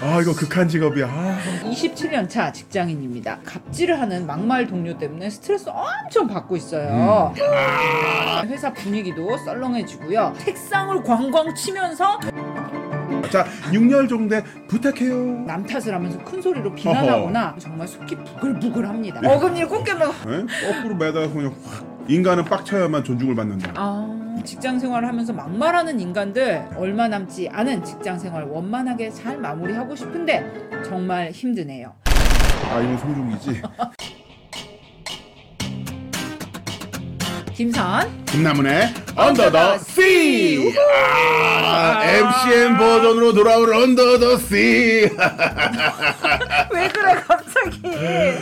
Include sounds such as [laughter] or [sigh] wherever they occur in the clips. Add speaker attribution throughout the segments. Speaker 1: 아 이거 극한 직업이야. 아.
Speaker 2: 27년 차 직장인입니다. 갑질을 하는 막말 동료 때문에 스트레스 엄청 받고 있어요. 회사 분위기도 썰렁해지고요. 책상을 광광 치면서
Speaker 1: 자, 6년 종대 부탁해요.
Speaker 2: 남 탓을 하면서 큰 소리로 비난하거나 정말 속이 부글부글합니다. 어금니를 꼭 깨물어.
Speaker 1: 예? 거꾸로 매달아서 그냥 확. 인간은 빡쳐야만 존중을 받는다.
Speaker 2: 아, 직장 생활을 하면서 막말하는 인간들 얼마 남지 않은 직장 생활 원만하게 잘 마무리하고 싶은데 정말 힘드네요.
Speaker 1: 아 이건 송중기지.
Speaker 2: 김선
Speaker 1: 김나문의 언더 더 씨. 아, MCM 버전으로 돌아올 언더 더 씨.
Speaker 2: [laughs] 왜 그래 갑자기?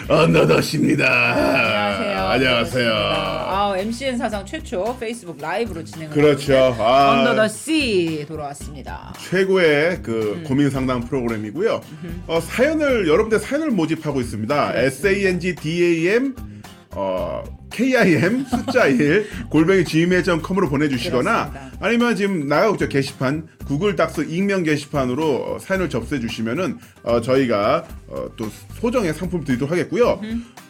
Speaker 1: 언더 더 씨입니다.
Speaker 2: 아, 안녕하세요.
Speaker 1: 안녕하세요.
Speaker 2: 아, MCN 사상 최초 페이스북 라이브로 진행을
Speaker 1: 그렇죠. 아,
Speaker 2: 언더 더 C 돌아왔습니다.
Speaker 1: 최고의 그
Speaker 2: 음.
Speaker 1: 고민 상담 프로그램이고요. 어, 사연을 여러분들 사연을 모집하고
Speaker 2: 음.
Speaker 1: 있습니다. S A N G D A M 어, K I M [laughs] 숫자 1 골뱅이 gmail.com으로 보내주시거나
Speaker 2: 그렇습니다.
Speaker 1: 아니면 지금 나가고 있죠 게시판 구글 닥스 익명 게시판으로 어, 사연을 접수해 주시면은 어, 저희가 어, 또 소정의 상품 드리도록 하겠고요.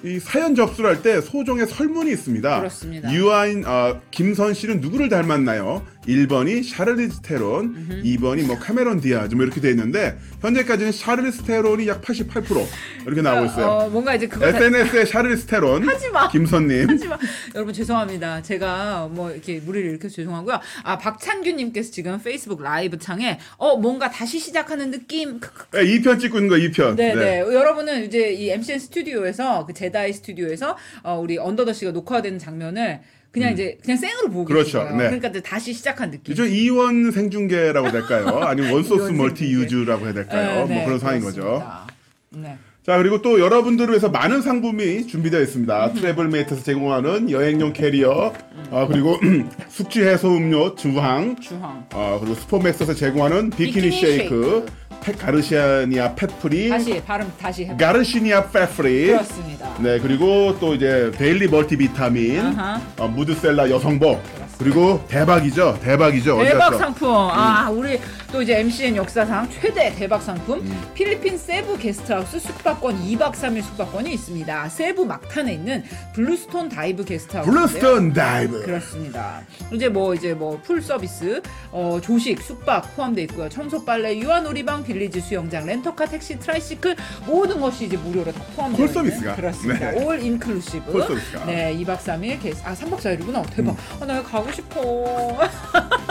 Speaker 1: 이 사연 접수를 할 때 소정의 설문이 있습니다.
Speaker 2: 음. 그렇습니다.
Speaker 1: 유아인 어, 김선 씨는 누구를 닮았나요? 1번이 샤를리스 테론, 2번이 뭐 카메론 디아즈 뭐 이렇게 돼 있는데 현재까지는 샤를리스 테론이 약 88% 이렇게 나오고 있어요.
Speaker 2: 어, 뭔가 이제 그거 다...
Speaker 1: SNS에 샤를리스 테론
Speaker 2: 하지 마.
Speaker 1: 김선님
Speaker 2: 하지만 여러분 죄송합니다. 제가 뭐 이렇게 무리를 일으켜서 죄송하고요. 아 박찬규님께서 지금 페이스북 라이브 창에 어 뭔가 다시 시작하는 느낌. 크크.
Speaker 1: 네, 2편 찍고 있는 거 2편.
Speaker 2: 네네. 여러분은 이제 이 MCN 스튜디오에서 그 제다이 스튜디오에서 어, 우리 언더더 씨가 녹화되는 장면을 그냥 이제 그냥 생으로 보고
Speaker 1: 음. 그렇죠.
Speaker 2: 계신 거예요.
Speaker 1: 네.
Speaker 2: 그러니까 이제 다시 시작한 느낌.
Speaker 1: 이죠 이원 생중계라고 될까요? 아니면 원소스
Speaker 2: 이원
Speaker 1: 멀티
Speaker 2: 생중계.
Speaker 1: 유즈라고 해야 될까요? 뭐 그런 상황인 거죠.
Speaker 2: 네, 그렇습니다. 네.
Speaker 1: 자 그리고 또 여러분들을 위해서 많은 상품이 준비되어
Speaker 2: 음.
Speaker 1: 있습니다. 트래블메이트에서 제공하는 여행용 캐리어, 아 그리고 [clears throat] 숙취 해소 음료 주황,
Speaker 2: 주황.
Speaker 1: 아 그리고 스포맥스에서 제공하는 비키니,
Speaker 2: 비키니
Speaker 1: 쉐이크,
Speaker 2: 쉐이크.
Speaker 1: 펫 가르시아니아 펫프리,
Speaker 2: 다시 발음 다시 해봐.
Speaker 1: 가르시니아 페프리,
Speaker 2: 그렇습니다.
Speaker 1: 네 그리고 또 이제 데일리 멀티비타민,
Speaker 2: 아하.
Speaker 1: 어, 무드셀라 여성복, 그리고 대박이죠, 대박이죠. 어디
Speaker 2: 대박
Speaker 1: 갔어?
Speaker 2: 상품.
Speaker 1: 음.
Speaker 2: 아, 우리 또 이제 MCN 역사상 최대 대박 상품.
Speaker 1: 음.
Speaker 2: 필리핀 세부 게스트하우스 숙박권 2박 3일 숙박권이 있습니다. 세부 막탄에 있는 블루스톤 다이브 게스트하우스.
Speaker 1: 블루스톤 다이브.
Speaker 2: 그렇습니다. 이제 뭐 이제 뭐 풀 서비스, 어, 조식, 숙박 포함되어 있고요. 청소 빨래, 유아놀이방, 빌리지 수영장, 렌터카, 택시, 트라이시클 모든 것이 이제 무료로 다 포함되어
Speaker 1: 콜
Speaker 2: 있는
Speaker 1: 서비스가.
Speaker 2: 그렇습니다.
Speaker 1: 네.
Speaker 2: 올 인클루시브.
Speaker 1: 콜 서비스가. 음.
Speaker 2: 네, 2박 3일 게스 아, 3박 4일이구나. 대박. 아, 나 여기 가고 싶어.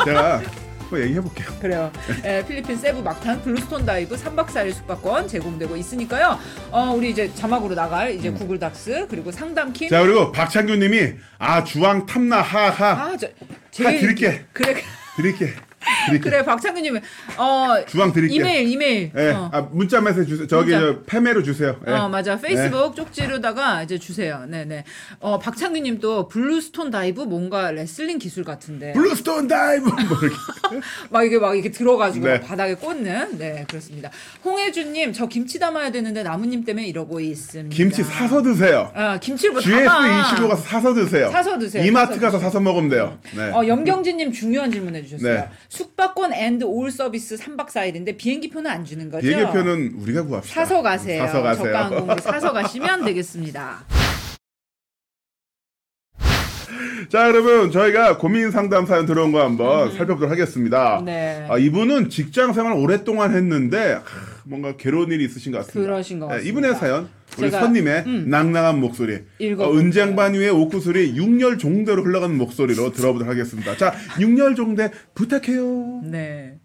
Speaker 1: 제가 뭐 얘기해 볼게요.
Speaker 2: 그래요. 에, 필리핀 세부 막탄 블루스톤 다이브 3박 4일 숙박권 제공되고 있으니까요. 어, 우리 이제 자막으로 나갈 이제 구글 닥스 그리고 상담킴
Speaker 1: 음. 자 그리고 박창규님이 아 주황 탐나 하하
Speaker 2: 아, 저
Speaker 1: 다 드릴게.
Speaker 2: 그래
Speaker 1: 드릴게 드릴게
Speaker 2: 그래 박창규 님. 어,
Speaker 1: 주황 드릴게
Speaker 2: 이메일 이메일.
Speaker 1: 예,
Speaker 2: 어.
Speaker 1: 아 문자 메시지 주세요 저기
Speaker 2: 문자.
Speaker 1: 저 패메로 주세요 예.
Speaker 2: 어 맞아 페이스북 쪽지로다가 이제 주세요 네네 어 박창규님 또 블루스톤 다이브 뭔가 레슬링 기술 같은데
Speaker 1: 블루스톤 다이브 [laughs] 뭐 이렇게.
Speaker 2: 막 이게 막 이렇게 들어가지고
Speaker 1: 네.
Speaker 2: 바닥에 꽂는 네 그렇습니다 홍혜준님 저 김치 담아야 되는데 나무님 때문에 이러고 있습니다
Speaker 1: 김치 사서 드세요
Speaker 2: 아, 김치를 뭐
Speaker 1: GS
Speaker 2: 담아.
Speaker 1: 25 가서 사서 드세요
Speaker 2: 사서 드세요.
Speaker 1: 이마트
Speaker 2: 사서
Speaker 1: 가서 사서 먹으면 돼요 네.
Speaker 2: 어, 염경진님 중요한 질문 해주셨어요.
Speaker 1: 네.
Speaker 2: 숙박권 앤드 올 서비스 3박 4일인데 비행기표는 안 주는 거죠?
Speaker 1: 비행기표는 우리가 구합시다
Speaker 2: 사서 가세요.
Speaker 1: 사서 가세요
Speaker 2: 저가 항공기 사서 가시면 되겠습니다.
Speaker 1: 자 여러분 저희가 고민 상담 사연 들어온 거 한번 살펴보도록 하겠습니다
Speaker 2: 음. 네.
Speaker 1: 아, 이분은 직장 생활 오랫동안 했는데 하, 뭔가 괴로운 일이 있으신 것 같습니다
Speaker 2: 그러신 것
Speaker 1: 네,
Speaker 2: 같습니다.
Speaker 1: 이분의 사연 우리
Speaker 2: 제가, 음.
Speaker 1: 선님의 낭낭한 목소리
Speaker 2: 읽어볼게요.
Speaker 1: 어, 은쟁반 위에 옥구슬이 육열 종대로 흘러가는 목소리로 들어보도록 하겠습니다 자 육열 종대 부탁해요
Speaker 2: 네.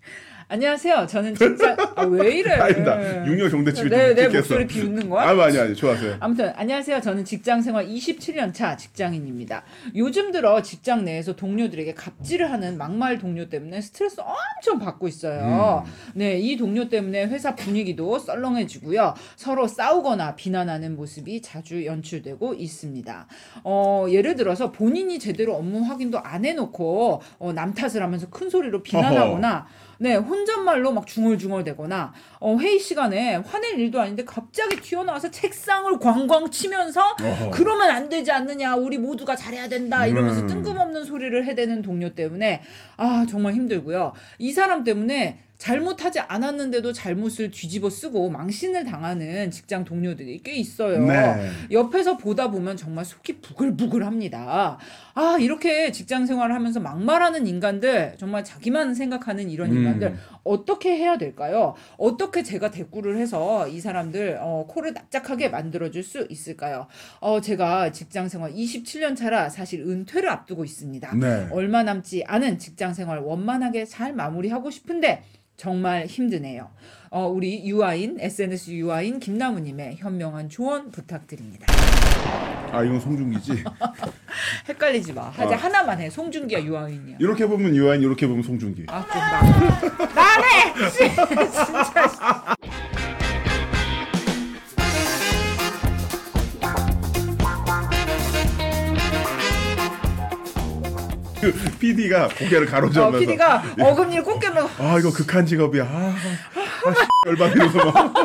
Speaker 2: 안녕하세요.
Speaker 1: [laughs]
Speaker 2: 저는 직장 아, 왜 이래?
Speaker 1: 아닙니다 육열 종대 집이
Speaker 2: 내-
Speaker 1: 좀
Speaker 2: 네, 내
Speaker 1: 찍혔어.
Speaker 2: 목소리 비웃는 거야?
Speaker 1: 아 아니 아니 좋았어요
Speaker 2: 아무튼 안녕하세요. 저는 직장 생활 27년 차 직장인입니다. 요즘 들어 직장 내에서 동료들에게 갑질을 하는 막말 동료 때문에 스트레스 엄청 받고 있어요. 네, 이 동료 때문에 회사 분위기도 썰렁해지고요. 서로 싸우거나 비난하는 모습이 자주 연출되고 있습니다. 어, 예를 들어서 본인이 제대로 업무 확인도 안 해놓고 어, 남 탓을 하면서 큰 소리로 비난하거나 네, 혼잣말로 막 중얼중얼대거나 어, 회의 시간에 화낼 일도 아닌데 갑자기 튀어나와서 책상을 광광 치면서
Speaker 1: 어허.
Speaker 2: 그러면 안 되지 않느냐 우리 모두가 잘해야 된다 이러면서
Speaker 1: 음.
Speaker 2: 뜬금없는 소리를 해대는 동료 때문에 아 정말 힘들고요 이 사람 때문에 잘못하지 않았는데도 잘못을 뒤집어 쓰고 망신을 당하는 직장 동료들이 꽤 있어요.
Speaker 1: 네.
Speaker 2: 옆에서 보다 보면 정말 속이 부글부글합니다. 아 이렇게 직장 생활을 하면서 막말하는 인간들 정말 자기만 생각하는 이런
Speaker 1: 음.
Speaker 2: 인간들 어떻게 해야 될까요? 어떻게 제가 대꾸를 해서 이 사람들 어, 코를 납작하게 만들어줄 수 있을까요? 어 제가 직장 생활 27년 차라 사실 은퇴를 앞두고 있습니다.
Speaker 1: 네.
Speaker 2: 얼마 남지 않은 직장 생활 원만하게 잘 마무리하고 싶은데 정말 힘드네요. 어, 우리 유아인 SNS 유아인 김나무님의 현명한 조언 부탁드립니다.
Speaker 1: 아 이건 송중기지.
Speaker 2: 헷갈리지 마. 하자
Speaker 1: 어.
Speaker 2: 하나만 해. 송중기야 유아인이야.
Speaker 1: 이렇게 보면 유아인, 이렇게 보면 송중기.
Speaker 2: 아, 좀
Speaker 1: [laughs]
Speaker 2: 나. 나래. 씨, 진짜. 씨.
Speaker 1: 그 PD가 고개를
Speaker 2: 어,
Speaker 1: 가로저면서
Speaker 2: PD가 어금니를 꼭 깨물고
Speaker 1: 아 이거 극한 직업이야. 아, 아 열받으면서 막.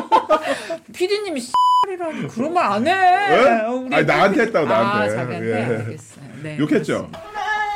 Speaker 2: PD님이 씨라니 그런 말 안 해.
Speaker 1: 왜?
Speaker 2: 어, 우리
Speaker 1: 아니, 나한테 했다고, 나한테.
Speaker 2: 아, 자기한테
Speaker 1: 예.
Speaker 2: 알겠어요. 네.
Speaker 1: 욕했죠?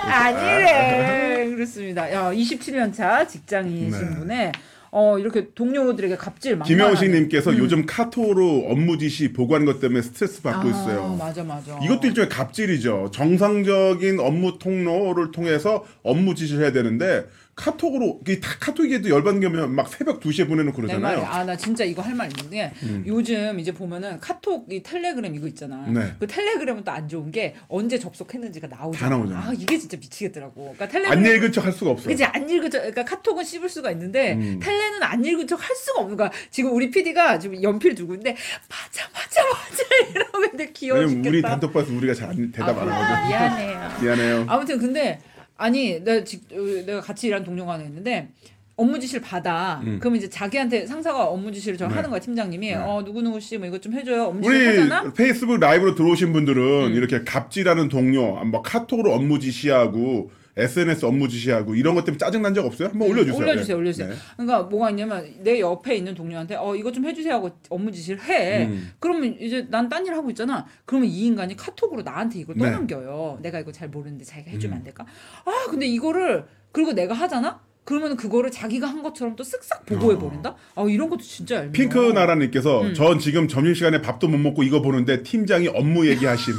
Speaker 2: 아니래. 그렇습니다. 야, 27년 차 직장인이신
Speaker 1: 네.
Speaker 2: 분의 어 이렇게 동료들에게 갑질 막.
Speaker 1: 김영식님께서
Speaker 2: 음.
Speaker 1: 요즘 카톡으로 업무 지시 보고하는 것 때문에 스트레스 받고
Speaker 2: 아,
Speaker 1: 있어요.
Speaker 2: 맞아 맞아.
Speaker 1: 이것도 일종의 갑질이죠. 정상적인 업무 통로를 통해서 업무 지시를 해야 되는데 카톡으로 이게 다 카톡에도 열받는 경우면 막 새벽 2시에 보내놓고
Speaker 2: 내 말이
Speaker 1: 그러잖아요. 음.
Speaker 2: 아나 진짜 이거 할 말 있는데 요즘 이제 보면은 카톡 이 텔레그램 이거 있잖아.
Speaker 1: 네.
Speaker 2: 그 텔레그램은 또 안 좋은 게 언제 접속했는지가 나오잖아.
Speaker 1: 다 나오잖아.
Speaker 2: 아 이게 진짜 미치겠더라고. 그러니까
Speaker 1: 안
Speaker 2: 텔레그램
Speaker 1: 읽은 척 할 수가 없어요.
Speaker 2: 그지 안 읽은 척 그러니까 카톡은 씹을 수가 있는데
Speaker 1: 음.
Speaker 2: 텔레는 안 읽은 척 할 수가 없는 거야. 지금 우리 PD가 지금 연필 들고 있는데 맞아 맞아 [laughs] 맞아 이러고 있는데 귀여워
Speaker 1: 왜냐면
Speaker 2: 죽겠다.
Speaker 1: 우리 단톡방에서 우리가 잘 안- 대답 안 하거든.
Speaker 2: 아, 미안해요.
Speaker 1: 미안해요.
Speaker 2: 아무튼 근데 아니 내가, 직, 어, 내가 같이 일하는 동료가 하나 있는데 업무 지시를 받아.
Speaker 1: 음.
Speaker 2: 그럼 이제 자기한테 상사가 업무 지시를 저
Speaker 1: 네.
Speaker 2: 하는 거야 팀장님이
Speaker 1: 네.
Speaker 2: 어 누구 누구 씨뭐 이것 좀 해줘요. 업무
Speaker 1: 우리
Speaker 2: 지시 하잖아. 음.
Speaker 1: 페이스북 라이브로 들어오신 분들은 이렇게 갑질하는 동료, 뭐 카톡으로 업무 지시하고 SNS 업무 지시하고 이런 것 때문에 짜증 난 적 없어요? 한번 올려주세요.
Speaker 2: 음, 올려주세요,
Speaker 1: 네.
Speaker 2: 올려주세요.
Speaker 1: 네.
Speaker 2: 그러니까 뭐가 있냐면 내 옆에 있는 동료한테 어 이거 좀 해주세요 하고 업무 지시를 해.
Speaker 1: 음.
Speaker 2: 그러면 이제 난 딴 일 하고 있잖아. 그러면 이 인간이 카톡으로 나한테 이걸
Speaker 1: 네. 음.
Speaker 2: 떠넘겨요. 내가 이거 잘 모르는데 자기가 해주면 안 될까? 아 근데 이거를 그리고 내가 하잖아. 그러면 그거를 자기가 한 것처럼 또 쓱싹 보고해 버린다. 아 이런 것도 진짜 얄미워.
Speaker 1: 핑크 나라님께서
Speaker 2: 음.
Speaker 1: 전 지금 점심 시간에 밥도 못 먹고 이거 보는데 팀장이 업무 얘기하심.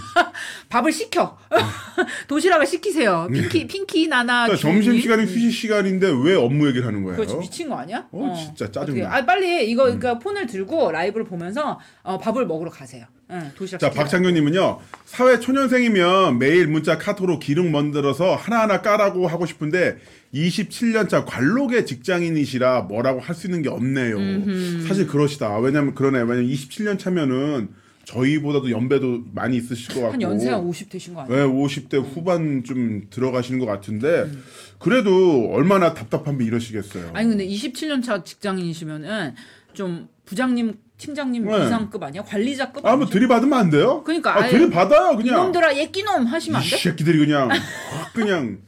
Speaker 2: 밥을 시켜. [laughs] 도시락을 시키세요. 핑키 핑키 나나.
Speaker 1: 음. 그러니까
Speaker 2: 김유미.
Speaker 1: 점심 시간이 휴식 시간인데 왜 업무 얘기를 하는 거예요?
Speaker 2: 아, 음. 그거 진짜 미친 거 아니야?
Speaker 1: 어, 진짜 짜증나. 음.
Speaker 2: 어떡해. 아 빨리 해. 이거 그러니까 폰을 들고 라이브를 보면서 어, 밥을 먹으러 가세요. 응, 도시락.
Speaker 1: 자,
Speaker 2: 시키세요.
Speaker 1: 박창규님은요, 사회 초년생이면 매일 문자 카톡으로 기름 만들어서 하나하나 까라고 하고 싶은데, 27년차 관록의 직장인이시라 뭐라고 할 수 있는 게 없네요. 사실 그러시다. 왜냐면, 그러네. 왜냐면 27년차면은 저희보다도 연배도 많이 있으실 것 같고.
Speaker 2: 한 연세가 50 되신 거 아니야?
Speaker 1: 네, 50대 후반 좀 들어가시는 것 같은데, 그래도 얼마나 답답한데 이러시겠어요.
Speaker 2: 음. 아니 근데 27년 차 직장인이시면은 좀 부장님, 팀장님
Speaker 1: 네.
Speaker 2: 이상급 아니야? 관리자급?
Speaker 1: 아, 뭐 들이받으면 안 돼요?
Speaker 2: 그러니까
Speaker 1: 아,
Speaker 2: 아예
Speaker 1: 들이받아요, 그냥.
Speaker 2: 이놈들아 예끼놈 하시면 안
Speaker 1: 이
Speaker 2: 돼?
Speaker 1: 새끼들이 그냥 확 그냥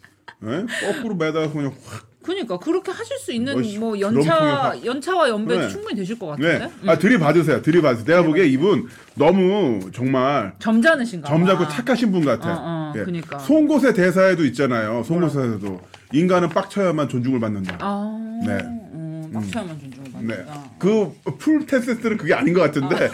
Speaker 1: 예? 거꾸로 매달아서 그냥 확.
Speaker 2: 그러니까 그렇게 하실 수 있는
Speaker 1: 뭐 씨,
Speaker 2: 뭐
Speaker 1: 드럼통에
Speaker 2: 연차
Speaker 1: 확-
Speaker 2: 연차와 연배
Speaker 1: 네.
Speaker 2: 충분히 되실 것 같은데.
Speaker 1: 네. 아 들이받으세요. 들이받으세요. 내가 보기에 이분 너무 정말
Speaker 2: 점잖으신가?
Speaker 1: 점잖고
Speaker 2: 봐.
Speaker 1: 착하신 분 같아.
Speaker 2: 어, 어,
Speaker 1: 예.
Speaker 2: 그러니까.
Speaker 1: 송곳의 대사에도 있잖아요. 송곳에서도 인간은 빡쳐야만 존중을 받는다.
Speaker 2: 아.
Speaker 1: 네.
Speaker 2: 음, 막차만 존중을 받는다.
Speaker 1: 네. 그 풀 테스트는 그게 아닌 것 같은데.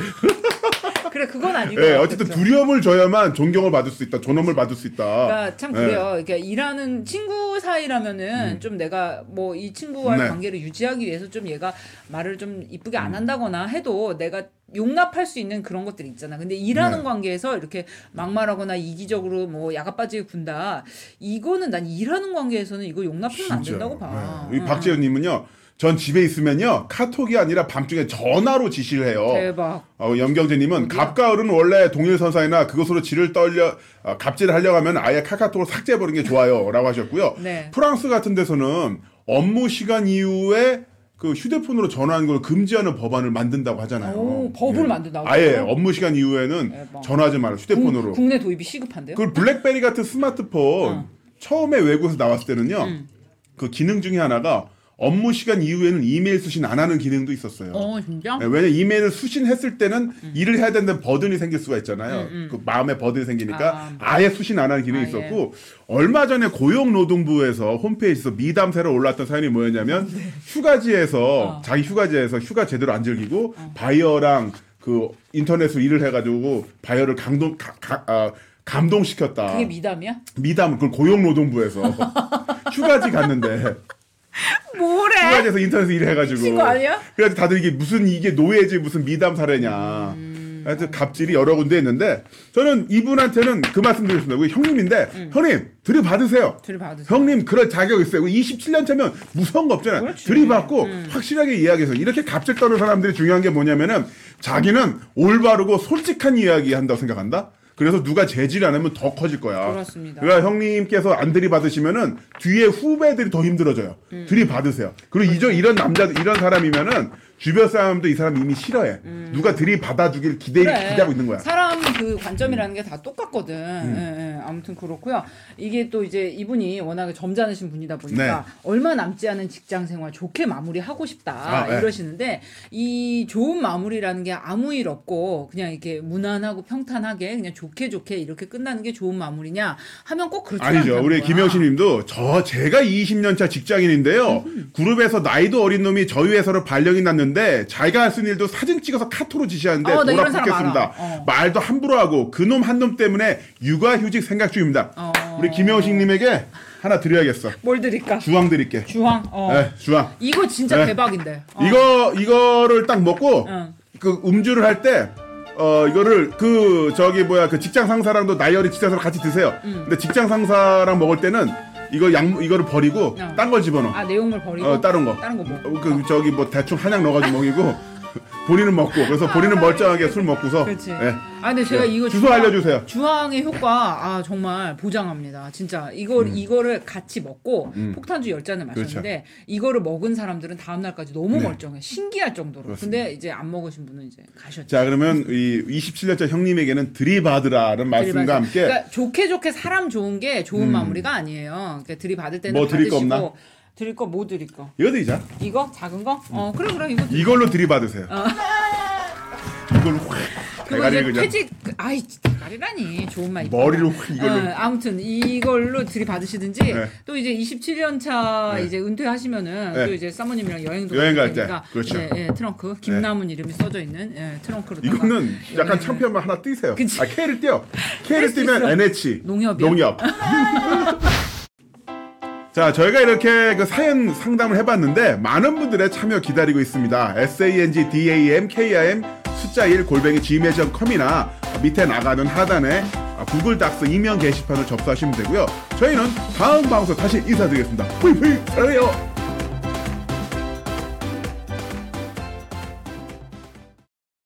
Speaker 2: 그래 그건 아니고.
Speaker 1: 예, 어쨌든
Speaker 2: 그쵸.
Speaker 1: 두려움을 줘야만 존경을 받을 수 있다. 존엄을 받을 수 있다.
Speaker 2: 그러니까 참
Speaker 1: 예.
Speaker 2: 그래요. 이렇게 일하는 친구 사이라면은 좀 내가 뭐 이
Speaker 1: 음.
Speaker 2: 친구와의
Speaker 1: 네. 음.
Speaker 2: 관계를 유지하기 위해서 좀 얘가 말을 좀 이쁘게 안 한다거나 해도 내가 용납할 수 있는 그런 것들이 있잖아. 근데 일하는
Speaker 1: 네.
Speaker 2: 관계에서 이렇게 막말하거나 이기적으로 뭐 야가빠지게 군다. 이거는 난 일하는 관계에서는 이거 용납하면 안
Speaker 1: 진짜요.
Speaker 2: 된다고 봐.
Speaker 1: 예. 이 박재현님은요. 전 집에 있으면요 카톡이 아니라 밤중에 전화로 지시를 해요.
Speaker 2: 대박.
Speaker 1: 어, 염경재님은 갑가을은 원래 동일 선사이나 그것으로 질을 떨려 어, 갑질을 하려고 하면 아예 카카톡을 삭제해버리는 게 좋아요라고 하셨고요.
Speaker 2: 네.
Speaker 1: 프랑스 같은 데서는 업무 시간 이후에 그 휴대폰으로 전화하는 걸 금지하는 법안을 만든다고 하잖아요.
Speaker 2: 오, 법을 만든다고요?
Speaker 1: 어. 아예 업무 시간 이후에는
Speaker 2: 대박.
Speaker 1: 전화하지 말라 휴대폰으로.
Speaker 2: 국, 국내 도입이 시급한데요?
Speaker 1: 그 블랙베리
Speaker 2: 어. 음.
Speaker 1: 같은 스마트폰 처음에 외국에서 나왔을 때는요. 그 기능 중에 하나가 업무 시간 이후에는 이메일 수신 안 하는 기능도 있었어요.
Speaker 3: 어 진짜?
Speaker 1: 네, 왜냐면 이메일을 수신했을 때는
Speaker 2: 음.
Speaker 1: 일을 해야 되는데 버든이 생길 수가 있잖아요. 그 마음에 버든이 생기니까 아. 예 수신 안 하는 기능이
Speaker 2: 네. 아, 예.
Speaker 1: 있었고 얼마 전에 고용노동부에서 홈페이지에서 미담새로 올랐던 사연이 뭐였냐면
Speaker 2: 네. 어.
Speaker 1: 휴가지에서 자기 휴가지에서 휴가 제대로 안 즐기고 바이어랑 그 인터넷으로 일을 해가지고 바이어를 강동 가- 가- 아, 감동시켰다.
Speaker 2: 그게 미담이야?
Speaker 1: 미담 그 고용노동부에서
Speaker 2: [laughs]
Speaker 1: 휴가지 갔는데
Speaker 2: 뭐래?
Speaker 1: 휴가지에서 인터넷 일을 해가지고
Speaker 2: 미친 거 아니야?
Speaker 1: 그래서 다들 이게 무슨 이게 노예지 무슨 미담 사례냐
Speaker 2: 음.
Speaker 1: 하여튼 갑질이 여러 군데 있는데 저는 이분한테는 그 말씀 드리겠습니다 우리 형님인데 형님 들이받으세요
Speaker 2: 음. 들이받으세요.
Speaker 1: 형님 그럴 자격 있어요 27년 차면 무서운 거 없잖아요
Speaker 2: 그렇지. 음.
Speaker 1: 들이받고 확실하게 이야기해서 이렇게 갑질 떠는 사람들이 중요한 게 뭐냐면은 자기는 올바르고 솔직한 이야기 한다고 생각한다 그래서 누가 제질 안 하면 더 커질 거야
Speaker 2: 그렇습니다.
Speaker 1: 그러니까 형님께서 안 들이받으시면은 뒤에 후배들이 더 힘들어져요.
Speaker 2: 음.
Speaker 1: 들이받으세요. 그리고
Speaker 2: 그렇죠.
Speaker 1: 이저 이런 남자 이런 사람이면은 주변 사람도 이 사람 이미 싫어해. 누가 들이받아주길 기대
Speaker 2: 음. 그래.
Speaker 1: 기대하고 있는 거야. 음.
Speaker 2: 사람 그 관점이라는 게 다 똑같거든. 예, 예. 아무튼 그렇고요. 이게 또 이제 이분이 워낙에 점잖으신 분이다 보니까
Speaker 1: 네.
Speaker 2: 얼마 남지 않은 직장 생활 좋게 마무리하고 싶다
Speaker 1: 아, 네.
Speaker 2: 이러시는데 이 좋은 마무리라는 게 아무 일 없고 그냥 이렇게 무난하고 평탄하게 그냥 좋게 좋게 이렇게 끝나는 게 좋은 마무리냐 하면 꼭 그렇지
Speaker 1: 아니죠.
Speaker 2: 않다는
Speaker 1: 우리
Speaker 2: 거야.
Speaker 1: 김영신님도 저 제가 20년 차 직장인인데요.
Speaker 2: 음.
Speaker 1: 그룹에서 나이도 어린 놈이 저희 회사로 발령이 났는데 자기가 할 수 있는 일도 사진 찍어서 카톡으로 지시하는데
Speaker 2: 어, 나 이런 사람
Speaker 1: 돌아붙겠습니다.
Speaker 2: 알아. 어.
Speaker 1: 말도 함부로 하고 그놈 한 놈 때문에 육아휴직 생각 중입니다.
Speaker 2: 어.
Speaker 1: 우리 김영신님에게 하나 드려야겠어.
Speaker 2: 뭘 드릴까?
Speaker 1: 주황 드릴게.
Speaker 2: 주황. 어.
Speaker 1: 예, 주황.
Speaker 2: 이거 진짜
Speaker 1: 네.
Speaker 2: 대박인데. 어.
Speaker 1: 이거 이거를 딱 먹고
Speaker 2: 응.
Speaker 1: 그 음주를 할 때 어 이거를 그 저기 뭐야 그 직장 상사랑도 나이 어린 직장 상사랑 같이 드세요.
Speaker 2: 음.
Speaker 1: 근데 직장 상사랑 먹을 때는 이거 양 이거를 버리고
Speaker 2: 어.
Speaker 1: 딴 걸 집어넣어.
Speaker 2: 아 내용물 버리고
Speaker 1: 어, 다른 거.
Speaker 2: 다른 거 뭐?
Speaker 1: 어, 그 저기 뭐 대충 한약 넣어가지고 먹이고 [laughs] 본인은 먹고 그래서 본인은 멀쩡하게 술 먹고서
Speaker 2: 그렇지.
Speaker 1: 예.
Speaker 2: 아 근데 제가
Speaker 1: 예.
Speaker 2: 이거
Speaker 1: 주소 알려주세요.
Speaker 2: 주황의 효과 아 정말 보장합니다. 진짜 이걸
Speaker 1: 음.
Speaker 2: 이거를 같이 먹고 폭탄주 열 잔을
Speaker 1: 그렇죠.
Speaker 2: 마셨는데 이거를 먹은 사람들은 다음 날까지 너무
Speaker 1: 네.
Speaker 2: 멀쩡해 신기할 정도로. 근데 이제 안 먹으신 분은 이제 가셨죠.
Speaker 1: 자 그러면 이 27년차 형님에게는 들이받으라는 말씀과
Speaker 2: 들이받을-
Speaker 1: 함께 음.
Speaker 2: 그러니까 좋게 좋게 사람 좋은 게 좋은 마무리가 아니에요. 그러니까 들이받을 때는
Speaker 1: 뭐 드릴 거
Speaker 2: 받으시고
Speaker 1: 없나?
Speaker 2: 드릴 거 뭐 드릴 거?
Speaker 1: 이거 드리자.
Speaker 2: 이거 작은 거? 어
Speaker 1: 음.
Speaker 2: 그래 그래 이거 드릴게.
Speaker 1: 이걸로 들이받으세요. 이걸로 확
Speaker 2: 어. 그거 이제
Speaker 1: 대가리를 그냥
Speaker 2: 퇴직 아이 대가리라니 좋은 말 있다.
Speaker 1: 머리를 확 이걸로
Speaker 2: 어, 아무튼 이걸로 들이받으시든지
Speaker 1: 네.
Speaker 2: 또 이제 27년 차
Speaker 1: 네.
Speaker 2: 이제 은퇴하시면은
Speaker 1: 네.
Speaker 2: 또 이제 사모님이랑 여행도
Speaker 1: 여행 갈
Speaker 2: 가실
Speaker 1: 때.
Speaker 2: 테니까
Speaker 1: 그렇죠.
Speaker 2: 예, 예, 트렁크 김남훈 이름이 써져 있는 예, 트렁크로
Speaker 1: 이거는 약간
Speaker 2: 여기는-
Speaker 1: 창피하면 하나 띄세요.
Speaker 2: 네. 그치.
Speaker 1: 아 K를 띄어. K를 띄면 NH
Speaker 2: 농협이요? [laughs]
Speaker 1: 농협. 자, 저희가 이렇게 그 사연 상담을 해봤는데 많은 분들의 참여 기다리고 있습니다. sangdamkim 숫자 1 골뱅이 gmail.com이나 밑에 나가는 하단에 아, 구글 닥스 이명 게시판을 접수하시면 되고요. 저희는 다음 방송 다시 인사드리겠습니다. 후이후이 사랑해요.